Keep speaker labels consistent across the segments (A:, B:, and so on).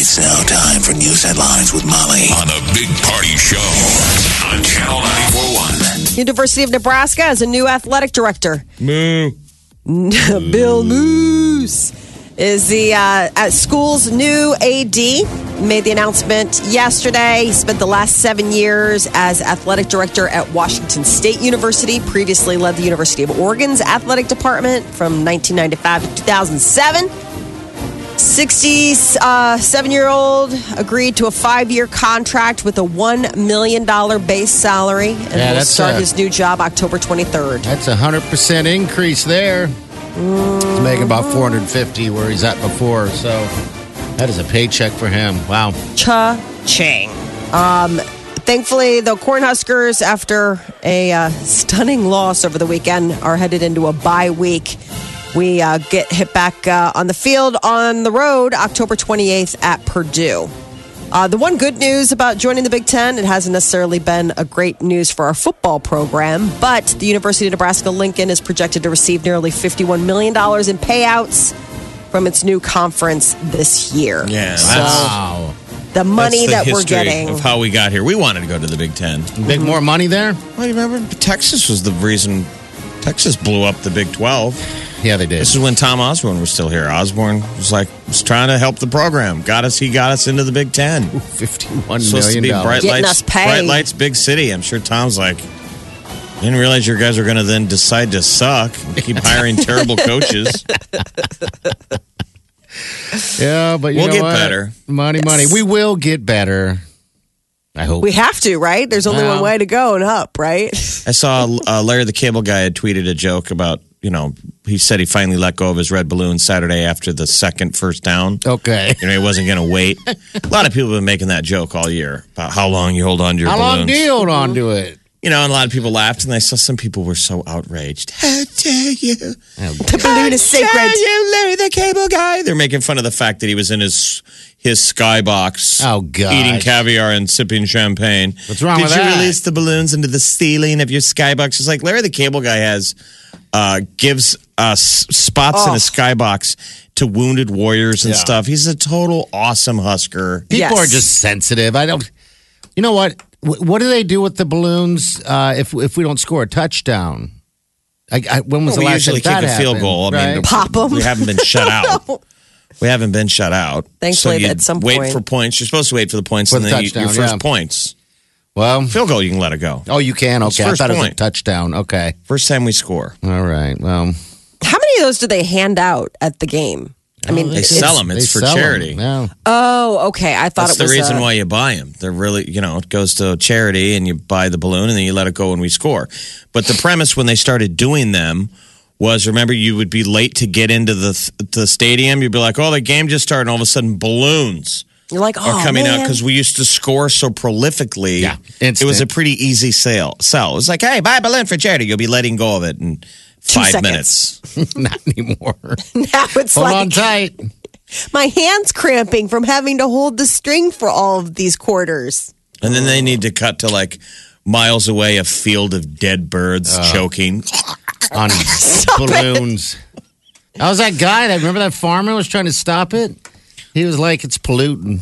A: It's now time for news headlines with Molly on the Big Party Show on Channel 941.
B: University of Nebraska has a new athletic director.
C: Moo.
B: Bill Moose is the uh, at school's new AD. Made the announcement yesterday. He spent the last seven years as athletic director at Washington State University. Previously led the University of Oregon's athletic department from 1995 to 2007. 67 year old agreed to a five year contract with a $1 million base salary and
C: Yeah,
B: will
C: that's
B: start
C: a-
B: his new job October 23rd.
C: That's a hundred percent increase there. He's making about four hundred and fifty where he's at before, so that is a paycheck for him. Wow.
B: Cha-ching. Um, thankfully, the Cornhuskers, after a uh, stunning loss over the weekend, are headed into a bye week. We uh, get hit back uh, on the field on the road October 28th at Purdue. Uh, the one good news about joining the Big Ten, it hasn't necessarily been a great news for our football program, but the University of Nebraska Lincoln is projected to receive nearly $51 million in payouts from its new conference this year.
D: Yeah, that's,
C: Wow.
B: The
D: that's
B: money
D: the
B: that we're
D: history
B: getting.
D: of how we got here. We wanted to go to the Big Ten.
C: Big more money there?
D: Well, you remember Texas was the reason Texas blew up the Big Twelve.
C: Yeah, they did.
D: This is when Tom Osborne was still here. Osborne was like was trying to help the program. Got us. He got us into the Big Ten.
C: Fifty-one
D: Supposed to
C: million
D: be
C: dollars.
D: bright
B: Getting us
D: lights,
B: paid.
D: bright lights, big city. I'm sure Tom's like. Didn't realize your guys were going to then decide to suck and keep hiring terrible coaches.
C: Yeah, but you
D: We'll
C: know
D: get
C: what?
D: better.
C: Money, money. We will get better. I hope.
B: We have to, right? There's only one
C: Well.
B: way to go and up, right?
D: I saw uh, Larry the Cable Guy had tweeted a joke about, you know, he said he finally let go of his red balloon Saturday after the second first down.
C: okay.
D: You know, he wasn't going to wait. a lot of people have been making that joke all year about how long you hold on to your
C: How long
D: balloons.
C: do you hold on to it?
D: You know, and a lot of people laughed, and I saw some people were so outraged. How dare you?
B: The balloon is sacred.
D: Dare you, Larry the Cable Guy? They're making fun of the fact that he was in his his skybox.
C: Oh, gosh.
D: Eating caviar and sipping champagne.
C: What's wrong
D: Did
C: with
D: you
C: that?
D: release the balloons into the ceiling of your skybox? It's like Larry the Cable Guy has uh, gives us spots in a skybox to wounded warriors and
C: Oh. Yeah.
D: stuff. He's a total awesome husker.
C: People
B: Yes.
C: are just sensitive. I don't. You know what? Wh- What do they do with the balloons uh, if if we don't score a touchdown? I, I, when was
D: we
C: the last
D: usually kick
C: time that
D: a field
C: happened,
D: goal. I mean,
C: right? Oh,
B: Pop 'em.
D: We haven't been shut out. We haven't been shut out.
B: Thankfully,
D: so you
B: at some
D: wait
B: point.
D: for points. You're supposed to wait for the points
C: For
D: and
C: the
D: then you,
C: touchdown,
D: your first
C: yeah.
D: points.
C: well,
D: Field goal, you can let it go.
C: oh, you can. Okay, I
D: first
C: thought it was a
D: point.
C: touchdown. Okay,
D: First time we score,
C: all right. Well,
B: How many of those do they hand out at the game? I mean,
D: they
B: it's-
D: sell them. It's
C: they
D: for
C: sell 'em.
D: charity.
C: Yeah.
B: Oh, okay. I thought
D: That's
B: it
D: the
B: was
D: reason
B: uh,
D: why you buy them. They're really, you know, it goes to charity and you buy the balloon and then you let it go when we score. But the premise when they started doing them was remember, you would be late to get into the, the stadium. You'd be like, oh, the game just started. And all of a sudden, balloons
B: You're like, oh,
D: are coming out
B: man.
D: because we used to score so prolifically.
C: Yeah,
D: it was a
C: instant.
D: pretty easy sale. Sell. It was like, hey, buy a balloon for charity. You'll be letting go of it in
B: Two
D: five
B: seconds.
D: minutes.
C: Not anymore.
B: now it's
C: Hold
B: like
C: on tight.
B: my hands cramping from having to hold the string for all of these quarters.
D: And then they need to cut to like miles away a field of dead birds choking.
C: on balloons. I was that guy that remember that farmer was trying to stop it. He was like, "It's polluting."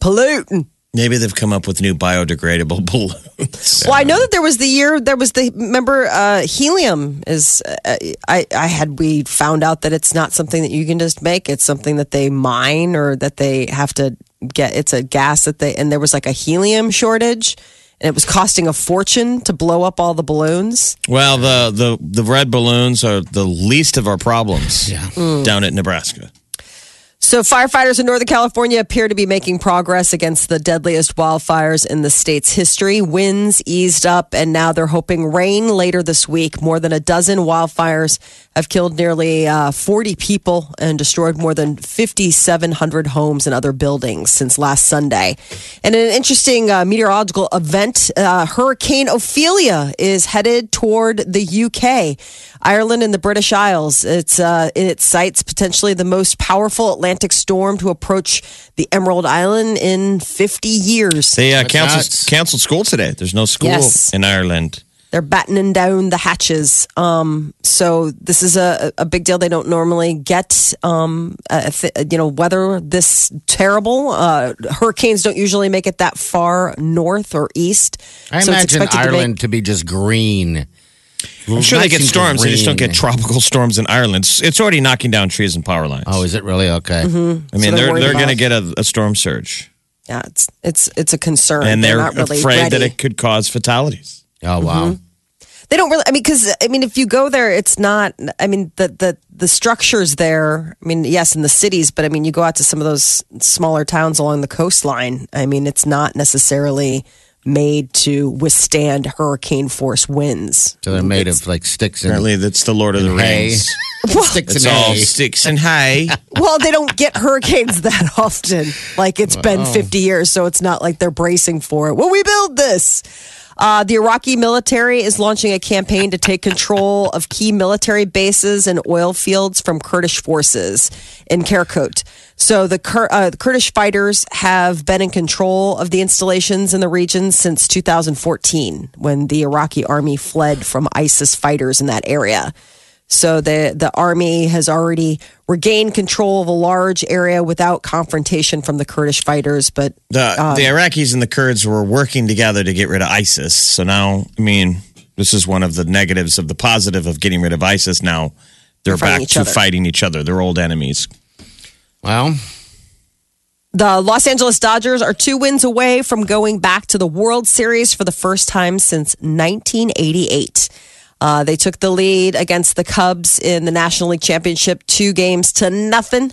B: Polluting.
D: Maybe they've come up with new biodegradable balloons.
B: Well, I know that there was the year there was the remember uh, helium is uh, I I had we found out that it's not something that you can just make. It's something that they mine or that they have to get. It's a gas that they and there was like a helium shortage, and it was costing a fortune to blow up all the balloons.
D: Well, the,
B: Mm.
D: the the red balloons are the least of our problems down at Nebraska.
B: So, firefighters in Northern California appear to be making progress against the deadliest wildfires in the state's history. Winds eased up, and now they're hoping rain later this week. More than a dozen wildfires have killed nearly uh, 40 people and destroyed more than 5,700 homes and other buildings since last Sunday. And in an interesting uh, meteorological event, uh, Hurricane Ophelia is headed toward the UK, Ireland, and the British Isles. It's uh, in its sights potentially the most powerful Atlantic storm to approach the Emerald Island in 50 years.
D: They uh,
C: That's nuts.
D: canceled, canceled school today. There's no school
B: Yes.
D: in Ireland.
B: They're battening down the hatches. Um, so this is a, a big deal. They don't normally get, um, a, th- you know, weather this terrible. Uh, hurricanes don't usually make it that far north or east.
C: I
B: So it's
C: imagine
B: expected to make-
C: Ireland to, be just green.
D: I'm sure they
C: Nice
D: get
C: and
D: storms. They just don't get
C: green.
D: tropical storms in Ireland. It's- It's already knocking down trees and power lines.
C: Oh, is it really okay?
D: I mean,
B: So they're
D: they're
B: worried
D: they're going to
B: about-
D: get a, a storm surge,
B: yeah, it's it's it's a concern.
D: and they're,
B: not really
D: afraid
B: ready.
D: that it could cause fatalities.
C: Oh wow.
B: they don't really. I mean, because I mean, if you go there, it's not. I mean, the the the structures there. I mean, yes, in the cities, but I mean, you go out to some of those smaller towns along the coastline. I mean, it's not necessarily made to withstand hurricane force winds.
C: So they're made of like sticks and
D: Apparently, that's the Lord of the
C: hay.
D: Rings.
C: sticks
D: It's
C: and
D: all
C: hay.
D: sticks and hay.
B: Well, they don't get hurricanes that often. Like it's been 50 years, so it's not like they're bracing for it. Will we build this? Uh, the Iraqi military is launching a campaign to take control of key military bases and oil fields from Kurdish forces in Kirkuk. So the, Kur- uh, the Kurdish fighters have been in control of the installations in the region since 2014, when the Iraqi army fled from ISIS fighters in that area. So the the army has already regained control of a large area without confrontation from the Kurdish fighters. But
D: The the Iraqis and the Kurds were working together to get rid of ISIS. So now, I mean, this is one of the negatives of the positive of getting rid of ISIS. Now they're
B: Fighting
D: back
B: each
D: to
B: other.
D: fighting each other. They're old enemies.
C: Well,
B: the Los Angeles Dodgers are two wins away from going back to the World Series for the first time since 1988. Uh, they took the lead against the Cubs in the National League Championship, two games to nothing.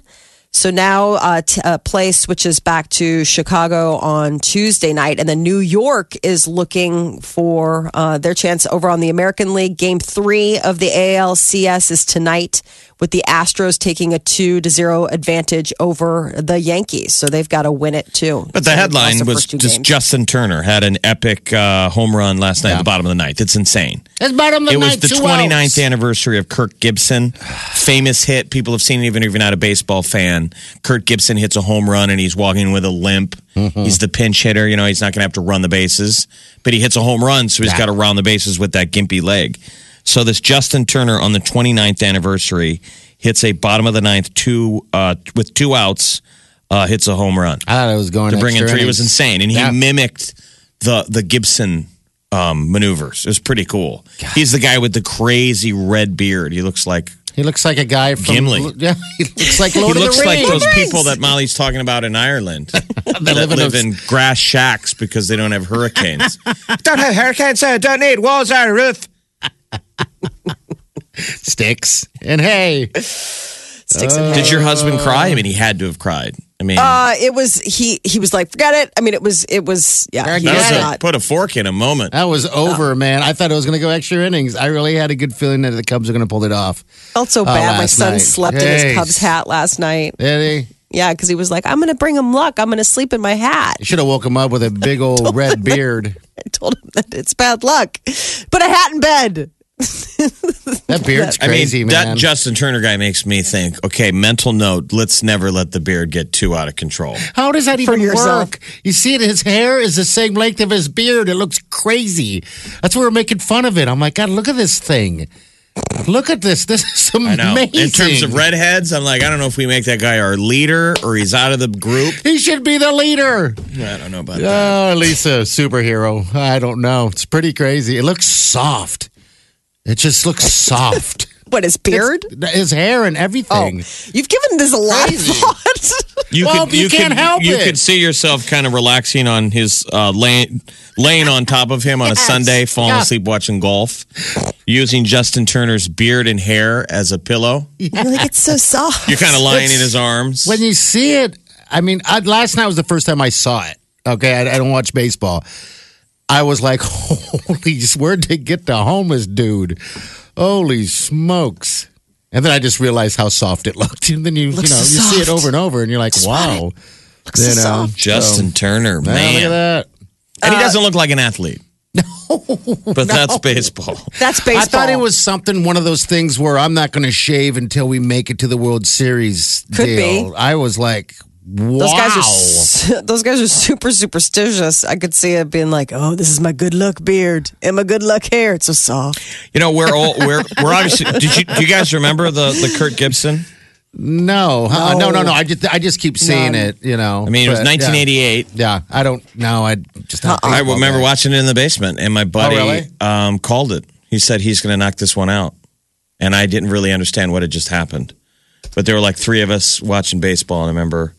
B: So now uh, t- uh, play switches back to Chicago on Tuesday night, and then New York is looking for uh, their chance over on the American League. Game three of the ALCS is tonight, with the Astros taking a two to zero advantage over the Yankees. So they've got to win it too.
D: But the
B: So they've
D: headline
B: lost the
D: was
B: first two
D: just
B: games.
D: Justin Turner had an epic uh, home run last night at the bottom of the ninth. It's insane.
C: it's bottom of
D: it was
C: ninth,
D: the
C: two
D: 29th
C: outs.
D: anniversary of Kirk Gibson. Famous hit. People have seen it even if you're not a baseball fan. Kirk Gibson hits a home run and he's walking with a limp. He's the pinch hitter. You know, he's not going to have to run the bases, but he hits a home run, so he's got to round the bases with that gimpy leg. So this Justin Turner on the 29th anniversary hits a bottom of the ninth two uh, with two outs, uh, hits a home run
C: I thought it was going
D: to bring in
C: extra
D: three. It
C: innings.
D: was insane, and he
C: Yeah.
D: mimicked the the Gibson um, maneuvers. It was pretty cool. He's the guy with the crazy red beard. He looks like
C: He looks like a guy from
D: Gimli.
C: Yeah, he looks like Lord
D: he
C: of
D: looks
C: the
D: like
C: Rings.
D: those people that Molly's talking about in Ireland that
C: live
D: live,
C: in
D: in,
C: those-
D: grass shacks because they don't have hurricanes. don't have hurricanes, so I don't need walls or a roof.
C: sticks and hay.
B: Sticks and
D: uh, Did your husband cry? I mean, he had to have cried. I mean,
B: Uh, it was he. He was like, forget it. I mean, it was. It was. Yeah, he
D: that
B: was
D: was
C: yeah.
D: a,
B: not.
D: put a fork in a moment.
C: That was over, man. I thought it was going to go extra innings. I really had a good feeling that the Cubs are going to pull it off.
B: Felt so bad. My
C: Oh, last
B: son
C: night.
B: slept in his
C: Jeez.
B: Cubs hat last night.
C: Yeah, they
B: Yeah, because he was like, I'm going to bring him luck. I'm going to sleep in my hat.
C: should have woke him up with a big old red beard.
B: I told him that it's bad luck. Put a hat in bed.
C: That beard's crazy,
D: I mean,
C: man.
D: That Justin Turner guy makes me think. Okay, mental note: let's never let the beard get too out of control.
C: How does that even
B: yourself.
C: work? You see it, his hair is the same length of his beard. It looks crazy. That's why we're making fun of it. I'm like, God, look at this thing. Look at this. This is
D: I
C: amazing.
D: know. In terms of redheads, I'm like, I don't know if we make that guy our leader or he's out of the group.
C: he should be the leader.
D: I don't know about that.
C: Oh, at least a superhero. I don't know. It's pretty crazy. It looks soft. It just looks soft.
B: What, his beard?
C: His hair and
B: Oh,
C: everything.
B: you've given this a lot of thought.
D: You
C: Well, you can't
D: could,
C: help
D: You
C: it.
D: could see yourself kind of relaxing on his uh, lane, laying on top of him on a Sunday, falling
C: Yeah.
D: asleep watching golf, using Justin Turner's beard and hair as a pillow.
B: You're like, it's so soft.
D: You're kind of lying in
C: It's-
D: his arms.
C: When you see it, I mean, I, last night was the first time I saw it. Okay, I, I don't watch baseball. I was like, holy, where'd they get the homeless dude? Holy smokes. And then I just realized how soft it looked. And then you,
B: Looks
C: you know,
B: so
C: you see it
B: soft.
C: over and over and you're like, wow.
B: Looks so
C: you know.
B: soft.
D: Justin Turner,
C: Man,
D: man.
C: look at that.
D: And he doesn't look like an athlete. Uh, No. But that's baseball.
B: That's baseball.
C: I thought it was something, one of those things where I'm not going to shave until we make it to the World Series
B: Could be.
C: deal. I was like, wow.
B: Those guys are s- those guys are super superstitious. I could see it being like, "Oh, this is my good luck beard and my good luck hair. It's so soft."
D: You know, we're all we're we're obviously did you do you guys remember the the Kurt Gibson?
C: No, huh? uh, no, no, no. I just, I just keep seeing it. You know,
D: I mean, it was
C: But, yeah.
D: 1988.
C: Yeah, I don't know. I just
B: Uh-uh.
C: don't think
D: I
C: about
D: remember
C: that.
D: watching it in the basement, and my buddy
B: Oh,
C: really?
D: um, called it. He said he's going to knock this one out, and I didn't really understand what had just happened. But there were like three of us watching baseball, and I remember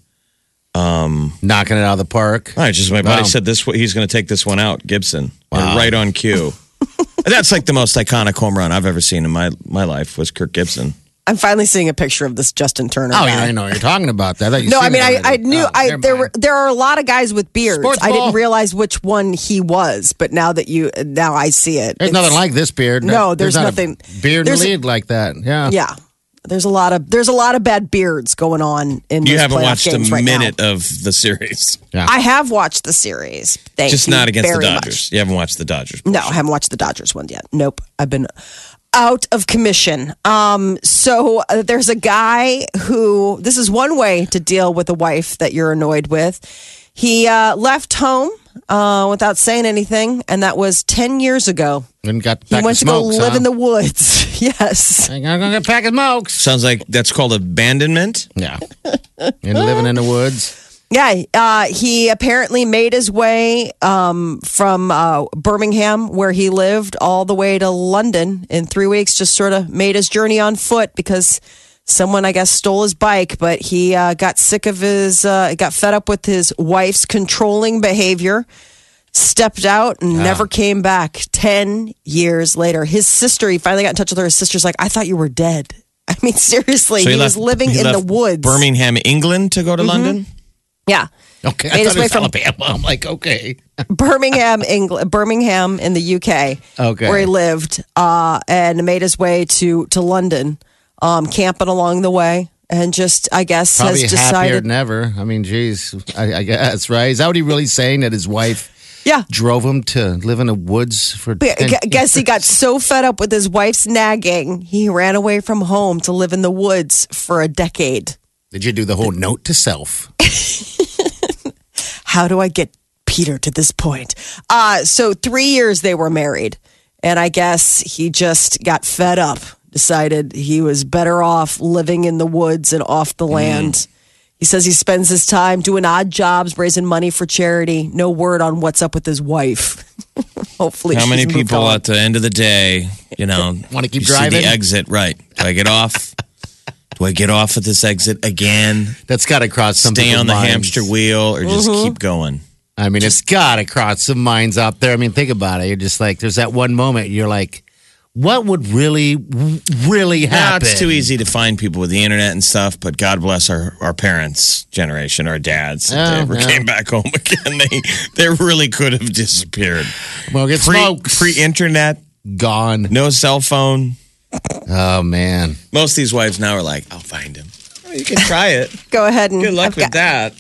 C: knocking it out of the park.
B: Uh,
D: I just my buddy
C: Wow.
D: said this. He's going to take this one out, Gibson, And right on cue. That's like the most iconic home run I've ever seen in my my life was Kirk Gibson.
B: I'm finally seeing a picture of this Justin Turner.
C: Oh,
B: guy.
C: yeah, I know what you're talking about that.
B: No, I mean, I, I knew
C: oh,
B: I there were there are a lot of guys with beards.
C: Sports
B: I
C: ball.
B: didn't realize which one he was, but now that you now I see it. It's-
C: There's nothing like this beard.
B: No, there's
C: not a
B: nothing-
C: beard
B: there's-
C: lead like that. Yeah,
B: Yeah, there's a lot of there's a lot of bad beards going on in.
D: You
B: those
D: haven't
B: playoff
D: watched a
B: games right now.
D: minute of the series,
C: Yeah.
B: I have watched the series. Thank
D: just
B: you
D: not against the
B: very much.
D: Dodgers. You haven't watched the Dodgers.
B: No, I haven't watched the Dodgers one yet. Nope. I've been out of commission. Um, so uh, there's a guy who, this is one way to deal with a wife that you're annoyed with. He uh, left home uh, without saying anything, and that was 10 years ago.
C: and got
B: He
C: pack
B: went to
C: of
B: go
C: smokes.
B: live
C: huh?
B: in the woods. yes.
C: I'm gonna get a pack of smokes.
D: Sounds like that's called abandonment.
C: Yeah, and living in the woods.
B: Yeah, uh, he apparently made his way um, from uh, Birmingham, where he lived, all the way to London in three weeks. Just sort of made his journey on foot because someone, I guess, stole his bike. But he uh, got sick of his, uh, got fed up with his wife's controlling behavior, stepped out, and never came back. Ten years later, his sister, he finally got in touch with her. His sister's like, "I thought you were dead." I mean, seriously, he, was living
D: he
B: in the
D: left
B: woods.
D: Birmingham, England, to go to
C: Mm-hmm.
D: London.
B: Yeah.
C: Okay,
B: Made
C: I
B: his
C: thought it
B: way
C: was
B: from
C: Alabama. I'm like, okay.
B: Birmingham, England, Birmingham in the UK,
C: Okay.
B: where he lived, uh, and made his way to to London, um, camping along the way, and just I guess
C: Probably
B: has
C: happier
B: decided,
C: than ever. I mean, geez, I, I guess right. Is that what he really saying that his wife
B: yeah.
C: drove him to live in the woods for?
B: But I
C: 10
B: gu- guess he
C: years?
B: got so fed up with his wife's nagging, he ran away from home to live in the woods for a decade.
C: Did you do the whole note to self?
B: how do I get Peter to this point? Uh, so three years they were married, and I guess he just got fed up, decided he was better off living in the woods and off
D: Mm.
B: the land. He says he spends his time doing odd jobs, raising money for charity. No word on what's up with his wife. Hopefully,
D: How
B: she's
D: many
B: moved
D: people
B: on.
D: at the end of the day, you know,
C: Wanna keep
D: you see
C: driving?
D: the exit, right? Do I get off? Do I get off at this exit again?
C: That's got to cross some
D: Stay
C: people's
D: on the
C: minds. Mm-hmm.
D: hamster wheel, or just keep going?
C: I mean, it's got to cross some minds out there. I mean, think about it. You're just like, there's that one moment you're like, what would really, w- really
D: Now,
C: happen?
D: it's too easy to find people with the internet and stuff, but God bless our, our parents' generation, our dads. If they
C: Oh,
D: ever
C: yeah.
D: came back home again, they, they really could have disappeared.
C: Well, get
D: Pre,
C: smokes.
D: pre-internet,
C: Gone.
D: no cell phone.
C: Oh, man.
D: Most of these wives now are like, I'll find him. Well, Oh, you can try it.
B: Go ahead and
D: Good luck
B: I've
D: with
B: got,
D: that.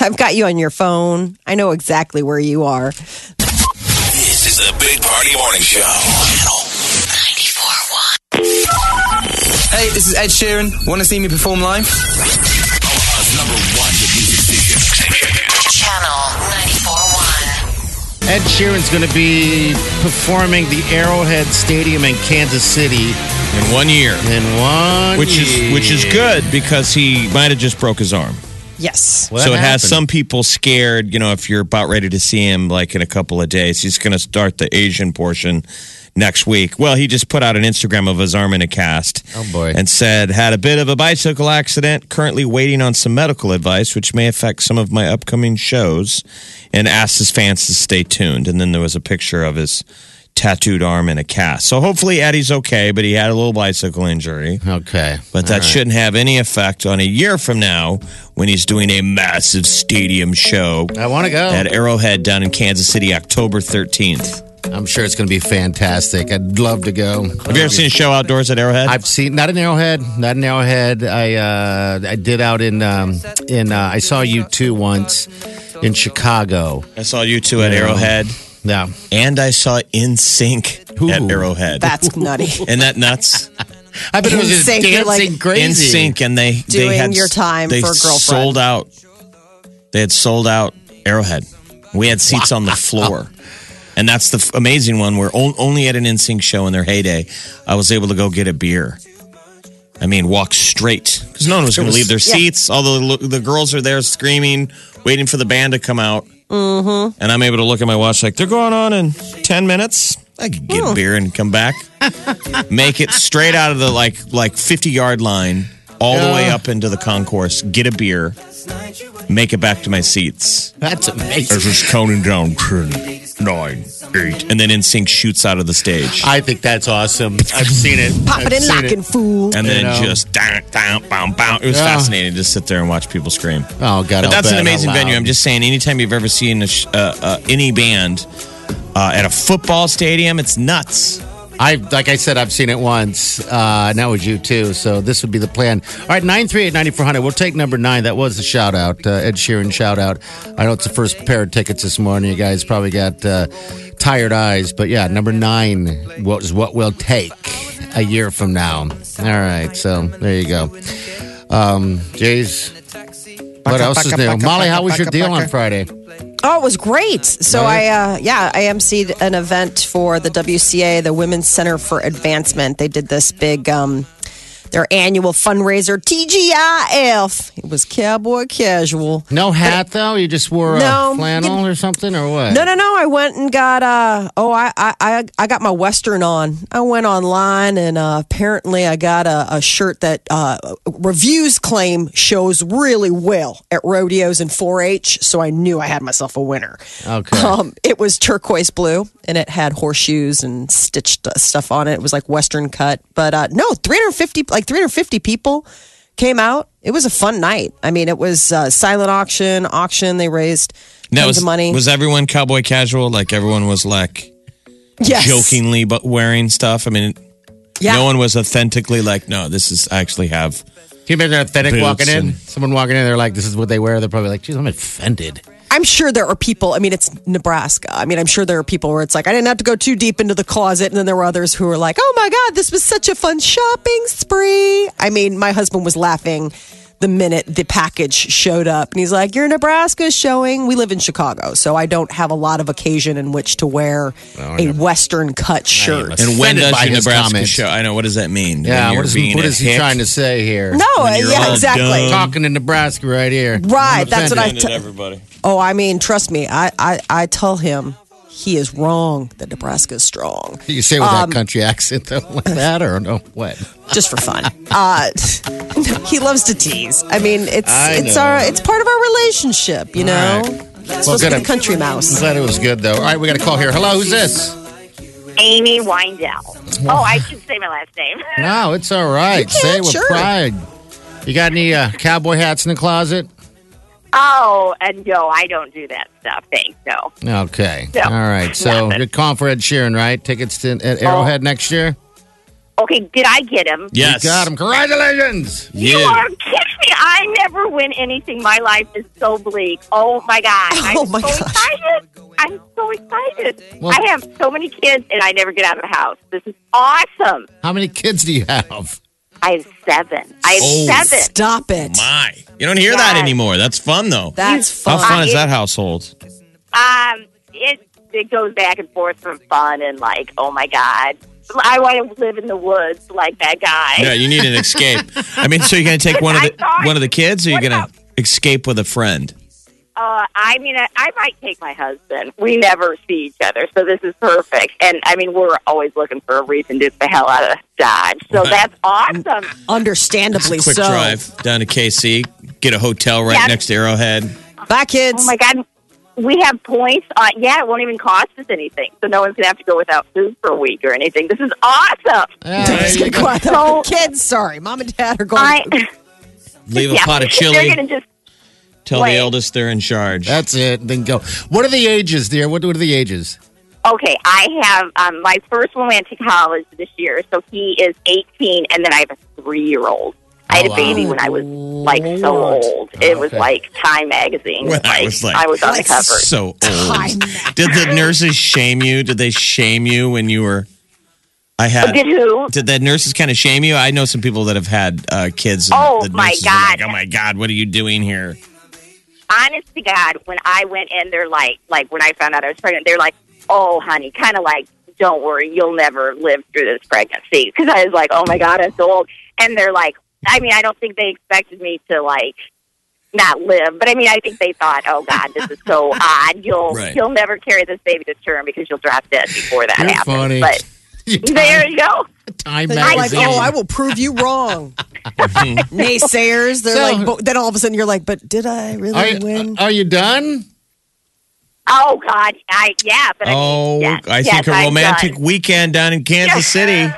B: I've got you on your phone. I know exactly where you are.
A: This is the Big Party Morning Show. Channel 941.
E: Hey, this is Ed Sheeran. Want to see me perform live?
A: Omaha's number one hit music station.
F: Channel 941.
C: Ed Sheeran's going to be performing the Arrowhead Stadium in Kansas City
D: In one year.
C: in one
D: Which is
C: year.
D: which is good because he might have just broke his arm.
B: Yes.
C: What
D: so it
C: happened?
D: has some people scared, you know, if you're about ready to see him like in a couple of days, he's going to start the Asian portion next week. Well, he just put out an Instagram of his arm in a cast.
C: Oh, boy.
D: And said had a bit of a bicycle accident. Currently waiting on some medical advice, which may affect some of my upcoming shows. And asked his fans to stay tuned. And then there was a picture of his tattooed arm in a cast. So hopefully Eddie's okay, but he had a little bicycle injury.
C: Okay.
D: But that shouldn't have any effect on a year from now when he's doing a massive stadium show
C: I want to go.
D: at Arrowhead down in Kansas City, October 13th.
C: I'm sure it's going to be fantastic. I'd love to go.
D: Have you ever seen a show outdoors at Arrowhead?
C: I've seen not an Arrowhead, not an Arrowhead. I uh, I did out in um, in uh, I saw you two once in Chicago.
D: I saw you two at
C: Yeah.
D: Arrowhead,
C: Yeah,
D: and I saw In Sync at
C: Ooh.
D: Arrowhead.
B: That's nutty.
D: Isn't that nuts?
C: I bet it was just
B: NSYNC,
C: dancing
B: you're like-
D: In
C: crazy.
D: Sync, and they they
B: Doing
D: had
B: your time
D: They
B: for a girlfriend.
D: sold out. They had sold out Arrowhead. We had seats on the floor. And that's the f- amazing one where on- only at an NSYNC show in their heyday, I was able to go get a beer. I mean, walk straight because no one was going to leave their seats. All the lo- the girls are there screaming, waiting for the band to come out. Mm-hmm. And I'm able to look at my watch like they're going on in ten minutes. I could get a beer and come back. Make it straight out of the like like 50 yard line, all the way up into the concourse. Get a beer. Make it back to my seats.
C: That's amazing.
D: just counting down ten, nine, eight, and then NSYNC shoots out of the stage.
C: I think that's awesome. I've seen it.
B: Pop
C: I've
B: it in,
C: seen
B: lock and fool.
D: and then
C: You know.
D: just down, down, bow, bow. It was
C: Yeah.
D: fascinating to sit there and watch people scream.
C: Oh god,
D: But
C: I'll
D: that's an
C: bet.
D: amazing
C: How
D: venue.
C: loud.
D: I'm just saying, anytime you've ever seen a sh- uh, uh, any band uh, at a football stadium, it's nuts.
C: I like I said, I've seen it once. Uh, and that was you too. So this would be the plan. All right, nine three eight ninety four hundred. We'll take number nine. That was a shout out, uh, Ed Sheeran shout out. I know it's the first pair of tickets this morning. You guys probably got uh, tired eyes, but yeah, number nine was what we'll take a year from now. All right, so there you go. Um, Jay's. What else is new? Molly, how was your deal on Friday?
B: Oh, it was great. So I, uh, yeah, I emceed an event for the WCA, the Women's Center for Advancement. They did this big, um, their annual fundraiser, TGIF. It was cowboy casual.
C: No hat though. You just wore
B: No,
C: a flannel or something, or what?
B: No, no, no. I went and got uh oh I I I, I got my western on. I went online and uh, apparently I got a, a shirt that uh, reviews claim shows really well at rodeos and 4-H. So I knew I had myself a winner.
C: Okay.
B: Um, it was turquoise blue and it had horseshoes and stitched uh, stuff on it. It was like western cut, but uh, no, 350 like 350 people came out. It was a fun night. I mean, it was uh, silent auction, auction. They raised
D: Now,
B: tons
D: was,
B: of money.
D: was everyone cowboy casual? Like everyone was like
B: yes.
D: jokingly but wearing stuff. I mean,
B: Yeah.
D: no one was authentically like, no, this is I actually have.
C: Can you imagine authentic
D: Boots
C: walking in?
D: and-
C: Someone walking in, they're like, "This is what they wear." They're probably like, "Geez, I'm offended."
B: I'm sure there are people. I mean, it's Nebraska. I mean, I'm sure there are people where it's like, I didn't have to go too deep into the closet. And then there were others who were like, oh my God, this was such a fun shopping spree. I mean, my husband was laughing the minute the package showed up. And he's like, Your Nebraska showing. We live in Chicago, so I don't have a lot of occasion in which to wear
D: Oh,
B: a Western cut shirt.
D: And when
C: Offended
D: does
C: by
D: your
C: his
D: Nebraska
C: comments.
D: show? I know what does that mean?
C: Yeah,
D: When
C: what
D: you're
C: is,
D: being
C: what
D: a
C: is he
D: hick?
C: trying to say here?
B: No, uh,
D: you're
B: yeah,
D: all
B: exactly.
D: done.
C: talking to Nebraska right here.
B: Right,
C: I'm
B: that's what I-
C: offended.
D: Offended everybody.
B: Oh, I mean, trust me, I, I, I tell him he is wrong that Nebraska is strong.
C: You say with
B: Um,
C: that country accent though, like that or no? What?
B: just for fun. Uh, he loves to tease. I mean, it's
C: I
B: it's
C: know.
B: our it's part of our relationship, you know.
C: right.
B: It's
C: Well,
B: supposed to be
C: good.
B: the country
C: I'm
B: mouse.
C: glad it was good though. All right, we got a call here. Hello, who's this?
G: Amy Winedow. Oh, I should say my last name.
C: No, it's all right.
B: You
C: Say it
B: can,
C: with
B: sure.
C: pride. You got any uh, cowboy hats in the closet?
G: Oh, and no, I don't do that stuff. Thanks. No.
C: Okay.
G: No.
C: All right. So
G: Nothing.
C: you're calling for Ed Sheeran, right? Tickets to
B: Oh.
C: at Arrowhead next year.
G: Okay, did I get him?
D: Yes.
C: You got him. Congratulations.
G: You
D: Yeah.
G: are kidding me. I never win anything. My life is so bleak. Oh my god.
B: Oh,
G: I'm
B: my
G: so
B: gosh.
G: excited. I'm so excited.
C: Well-
G: I have so many kids and I never get out of the house. This is awesome.
C: How many kids do you have?
G: I have seven. I have
D: Oh.
G: seven.
B: Stop it.
D: My. You don't hear that
G: Yes.
D: anymore. That's fun though.
B: That's
D: How
B: fun.
D: fun is
G: Uh,
D: that household?
G: Um it it goes back and forth from fun and like, oh my god. I want to live in the woods like that guy.
D: Yeah, you need an escape. I mean, so you're gonna take one of the
G: I thought-
D: one of the kids, or you're
G: What
D: gonna escape with a friend?
G: Uh, I mean, I, I might take my husband. We never see each other, so this is perfect. And I mean, we're always looking for a reason to get the hell out of Dodge. So
D: Right.
G: that's awesome.
B: Understandably
D: Quick
B: so.
D: drive down to KC, get a hotel right
G: Yeah.
D: next to Arrowhead.
B: Bye, kids.
G: Oh my god, we have points. Uh, yeah, it won't even cost us anything, so no one's gonna have to go without food for a week or anything. This is awesome.
C: Yeah, there you go.
G: So-
B: kids, sorry. Mom and dad are going.
G: I
D: Leave a
G: yeah,
D: pot of
G: They're
D: chili.
G: gonna just
D: Tell
G: wait.
D: the eldest they're in charge.
C: That's it. Then go. What are the ages, dear? What, what are the ages?
G: Okay, I have um, my first one went to college this year, so he is 18, and then I have a three year old. I had
C: Oh,
G: a baby
C: wow.
G: when I was like so
B: Lord.
G: old. It was
C: Okay.
G: like Time magazine.
D: When I was like-
G: I was on the cover.
D: so old. Did the nurses shame you? Did they shame you when you were? I had.
G: Did who?
D: Did the nurses kind of shame you? I know some people that have had uh, kids. And
G: Oh,
D: the
G: my
D: nurses are like,
G: God.
D: oh my god! What are you doing here?
G: Honest to God, when I went in, they're like, like when I found out I was pregnant, they're like, "Oh, honey, kind of like, don't worry, you'll never live through this pregnancy." Because I was like, "Oh my God, I'm so old," and they're like, I mean, I don't think they expected me to like not live. But I mean, I think they thought, "Oh God, this is so odd. You'll
D: Right.
G: you'll never carry this baby to term because you'll drop dead before that
C: You're
G: happens."
C: funny.
G: But
C: You
G: there you go.
C: Time
B: They're like,
C: magazine.
B: oh, I will prove you wrong. Naysayers. They're
C: Mm-hmm. So-
B: like, but then all of a sudden you're like, but did I really
C: are, you, uh,
B: win?
C: are you done?
G: Oh God, I yeah, but I
D: oh,
G: mean, yes,
D: I
G: yes,
D: think
G: I'm
D: a romantic
G: done.
D: weekend down in Kansas City,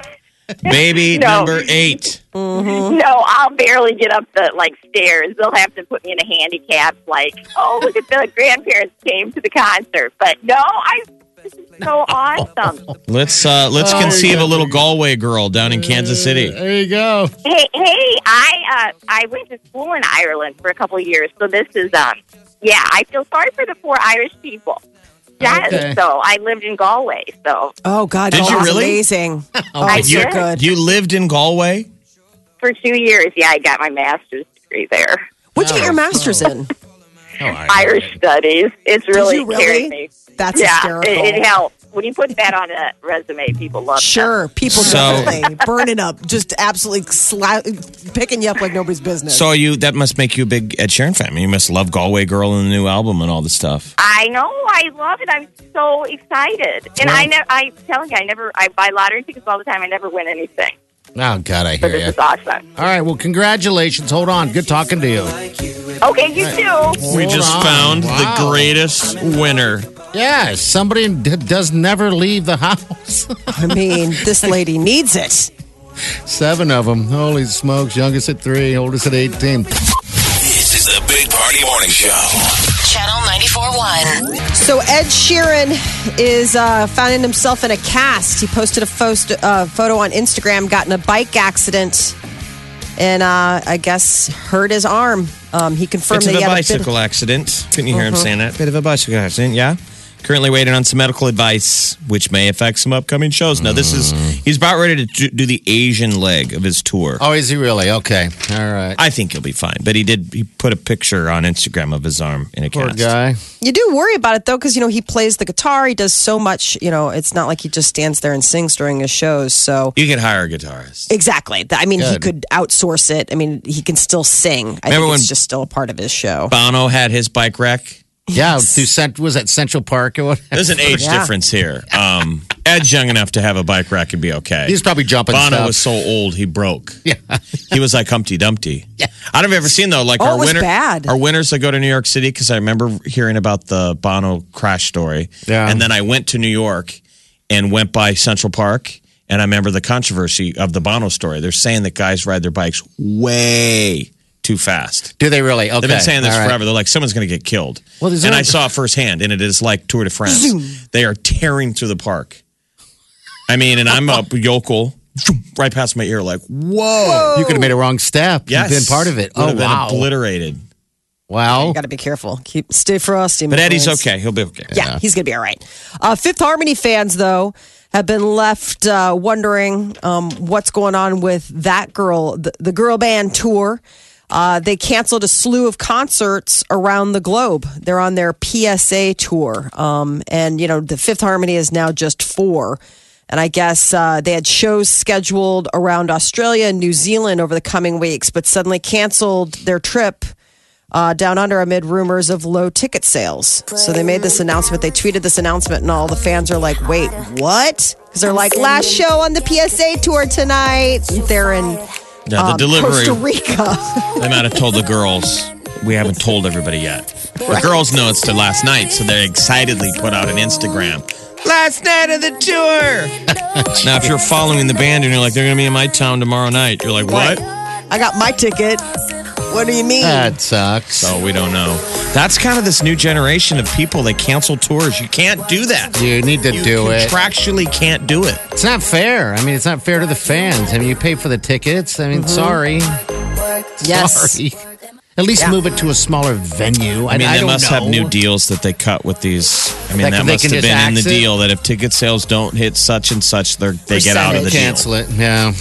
D: baby
G: No.
D: number eight.
G: No, I'll barely get up the like stairs. They'll have to put me in a handicap. Like, oh, look at the grandparents came to the concert. But no, I. This is so awesome.
D: Let's uh, let's
C: Oh,
D: conceive
C: yeah. Uh,
D: a little Galway girl down in Kansas City.
C: There you go.
G: Hey, hey, I uh, I went to school in Ireland for a couple of years, so this is um, yeah, I feel sorry for the poor Irish people. Yes,
C: Okay.
G: so I lived in Galway, so
B: Oh God,
D: Did
B: that
D: you
B: was
D: really?
B: amazing. Oh,
G: I
B: it's so
G: did.
B: good.
D: You lived in Galway.
G: for two years, yeah, I got my master's degree there,
B: What'd you get your
C: Oh,
B: master's in?
C: Oh, I-
G: Irish studies. It's really,
B: you really?
G: carried me.
B: That's
G: yeah,
B: hysterical.
G: it, it helped. When you put that on a resume, people love that.
B: Sure, people
D: So-
B: definitely burning up, just absolutely sla- picking you up like nobody's business.
D: So you that must make you a big Ed Sheeran fan. You must love Galway Girl and the new album and all this stuff.
G: I know. I love it. I'm so excited. And I never. I'm telling you, I never. I buy lottery tickets all the time. I never win anything.
C: Oh, God, I
G: So
C: hear
G: this
C: you.
G: is awesome.
C: All right, well, congratulations. Hold on. Good talking to you.
G: Okay, you too.
D: we
C: Hold
D: just
C: on.
D: found the
C: Oh, Wow.
D: greatest winner.
C: Yeah, somebody d- does never leave the house.
B: I mean, this lady needs it.
C: Seven of them. Holy smokes. Youngest at three, oldest at 18.
A: This is the Big Party Morning Show.
F: Channel 94.1.
B: So Ed Sheeran is uh, finding himself in a cast. He posted a post, uh, photo on Instagram, got in a bike accident, and uh, I guess hurt his arm. Um, he confirmed
D: Bit
B: that
D: of
B: he
D: a
B: had
D: bicycle
B: a
D: accident. Couldn't you hear
C: Uh-huh.
D: him saying that? Bit of a bicycle accident. Yeah. Currently waiting on some medical advice, which may affect some upcoming shows. Now this is he's about ready to do, do the Asian leg of his tour.
C: Mm. Oh, is he really? Okay. All right.
D: I think he'll be fine, but he did. He put a picture on Instagram of his arm in a
C: Poor
D: cast.
C: guy.
B: bit. You do worry about it though, because you know he plays the guitar. He does so much. You know, it's not like he just stands there and sings during his shows. So
D: You could hire a guitarist.
B: exactly. I mean, he
C: Good.
B: could outsource it. I mean, he can still sing. I
D: Remember
B: think
D: when-
B: it's just still a part of his show.
D: Bono had his bike wreck.
C: Yeah, through cent- was that Central Park or what?
D: There's an age
B: Yeah.
D: difference here. Um, Ed's young enough to have a bike wreck and be okay.
C: He's probably jumping
D: Bono
C: stuff.
D: was so old he broke.
C: Yeah.
D: he was like Humpty Dumpty. Yeah, I don't know if you've ever seen though. Like
B: Oh,
D: our
B: it was
D: winter,
B: bad.
D: our winters that go to New York City because I remember hearing about the Bono crash story.
C: Yeah.
D: and then I went to New York and went by Central Park. And I remember the controversy of the Bono story. They're saying that guys ride their bikes way too fast.
C: Do they really? Okay.
D: They've been saying this
C: All right.
D: forever. They're like, someone's going to get killed.
C: Well, there's
D: and
C: no-
D: I saw it firsthand, and it is like Tour de France. They are tearing through the park. I mean, and I'm up yokel, right past my ear, like, whoa.
C: You could have made a wrong step.
D: Yes.
C: You've been part of it.
D: Would
C: Oh,
D: have been
C: wow.
D: obliterated.
C: wow.
B: Got to be careful. Keep stay frosty.
D: But Eddie's okay. He'll be okay.
B: Yeah, he's going to be all right. Uh, Fifth Harmony fans, though, have been left uh, wondering um, what's going on with that girl, the, the girl band tour. Uh, they canceled a slew of concerts around the globe. They're on their PSA tour. Um, and, you know, the Fifth Harmony is now just four. And I guess uh, they had shows scheduled around Australia and New Zealand over the coming weeks, but suddenly canceled their trip uh, down under amid rumors of low ticket sales. So they made this announcement. They tweeted this announcement, and all the fans are like, wait, what? Because they're like, last show on the PSA tour tonight. They're in
D: Now, the
B: um,
D: delivery,
B: Costa Rica.
D: they might have told the girls. We haven't told everybody yet. The girls know it's their last night, so they excitedly put out an Instagram. Last night of the tour. now, if you're following the band and you're like, they're going to be in my town tomorrow night, you're like, what?
B: I got my ticket. What do you mean?
C: That sucks.
D: Oh, we don't know. That's kind of this new generation of people. They cancel tours. You can't do that.
C: You need to
D: You
C: do it.
D: contractually can't do it.
C: It's not fair. I mean, it's not fair to the fans. I mean, you pay for the tickets. I mean, sorry.
B: Mm-hmm. yes.
C: Sorry. At least move it to a smaller venue.
D: I mean, they
C: don't
D: must
C: know.
D: have new deals that they cut with these. I mean,
C: Like,
D: that
C: if they
D: must
C: can
D: have
C: just
D: been in the
C: axe it?
D: deal that if ticket sales don't hit such and such, they're, they get out of the
C: Cancel it. Yeah.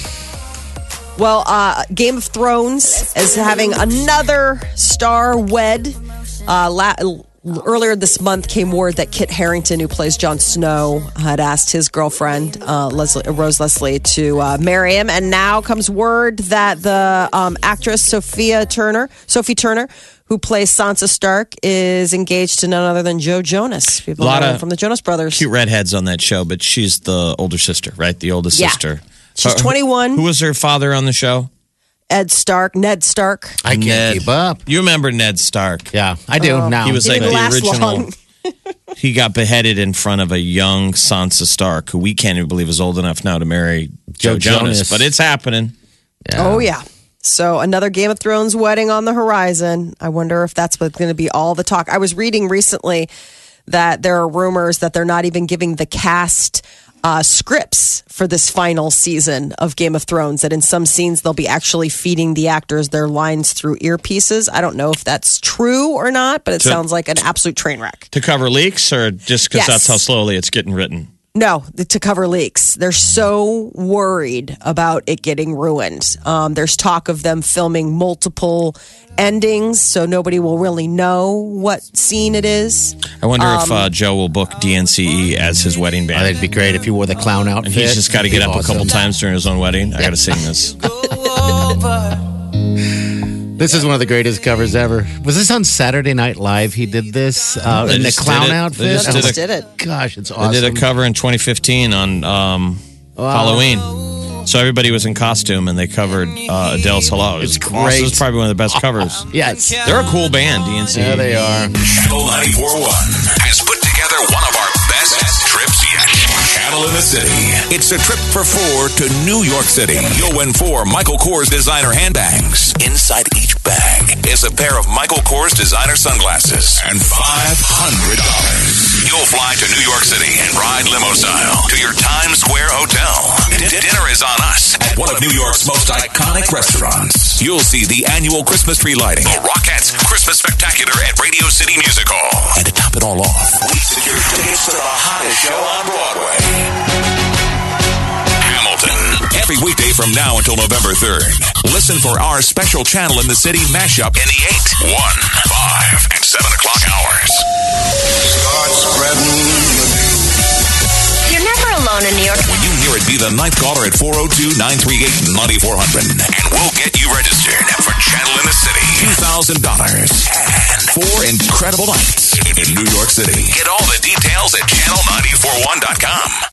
B: Well, uh, Game of Thrones is having another star wed. Uh, la- l- earlier this month came word that Kit Harrington, who plays Jon Snow, had asked his girlfriend uh, Leslie, Rose Leslie to uh, marry him, and now comes word that the um, actress Sophia Turner, Sophie Turner, who plays Sansa Stark, is engaged to none other than Joe Jonas. People
D: Lot
B: know him
D: of
B: from the Jonas Brothers.
D: deal. Cute redheads on that show, but she's the older sister, right? The oldest
B: Yeah.
D: sister.
B: She's
D: Her-
B: 21.
D: Who was her father on the show?
B: Ed Stark, Ned Stark.
C: I can't
D: Ned.
C: keep up.
D: You remember Ned Stark?
C: Yeah, I do
B: Oh.
C: now.
D: He was like
B: Didn't
D: the
B: last
D: original.
B: long.
D: he got beheaded in front of a young Sansa Stark, who we can't even believe is old enough now to marry Joe,
C: Joe
D: Jonas,
C: Jonas.
D: But it's happening.
B: Oh yeah. So another Game of Thrones wedding on the horizon. I wonder if that's what's going to be all the talk. I was reading recently that there are rumors that they're not even giving the cast uh, scripts for this final season of Game of Thrones. That in some scenes they'll be actually feeding the actors their lines through earpieces. I don't know if that's true or not, but it sounds like an absolute train wreck.
D: To cover leaks, or just because
B: Yes.
D: that's how slowly it's getting written?
B: No, the- to cover leaks. They're so worried about it getting ruined. Um, there's talk of them filming multiple endings, so nobody will really know what scene it is.
D: I wonder if uh, Joe will book DNCE E as his wedding
C: Oh,
D: band.
C: that'd be great if you wore the clown outfit.
D: and he's just got to
C: It'd
D: get
C: be
D: up a couple
C: awesome.
D: times during his own wedding. I got to sing this.
C: This is one of the greatest covers ever. Was this on Saturday Night Live? He did this uh,
D: They
C: in the
D: just
C: clown
D: did it.
C: outfit.
D: They just
C: Oh,
D: did
B: Almost did it.
C: Gosh, it's awesome.
D: I did a cover in 2015 on um, Halloween. So everybody was in costume and they covered uh, Adele's "Hello." It was
C: It's
D: awesome. It was
C: great.
D: probably one of the best covers.
C: Yes.
D: They're a cool band, DNCE.
C: There they are.
A: Channel 941 has put together one of our best trips yet. Cattle in the City. It's a trip for four to New York City. You'll win four Michael Kors designer handbags. Inside each bag is a pair of Michael Kors designer sunglasses and $500. You'll fly to New York City and ride limo style to your Times Square hotel. Di- Dinner is on us at one of New York's most iconic restaurants. You'll see the annual Christmas tree lighting, the Rockettes Christmas Spectacular at Radio City Music Hall. And to top it all off, we secured tickets to the hottest show on Broadway. Hamilton. Every weekday from now until November 3rd. Listen for our special channel in the city mashup in the 8, 1, 5, and 7 o'clock hours. Start spreading the
F: You're never alone in New York.
A: when you hear it, be the ninth caller at 402 938 9400. And we'll get you registered for Channel in the City. $2,000 and four incredible nights in New York City. Get all the details at channel941.com.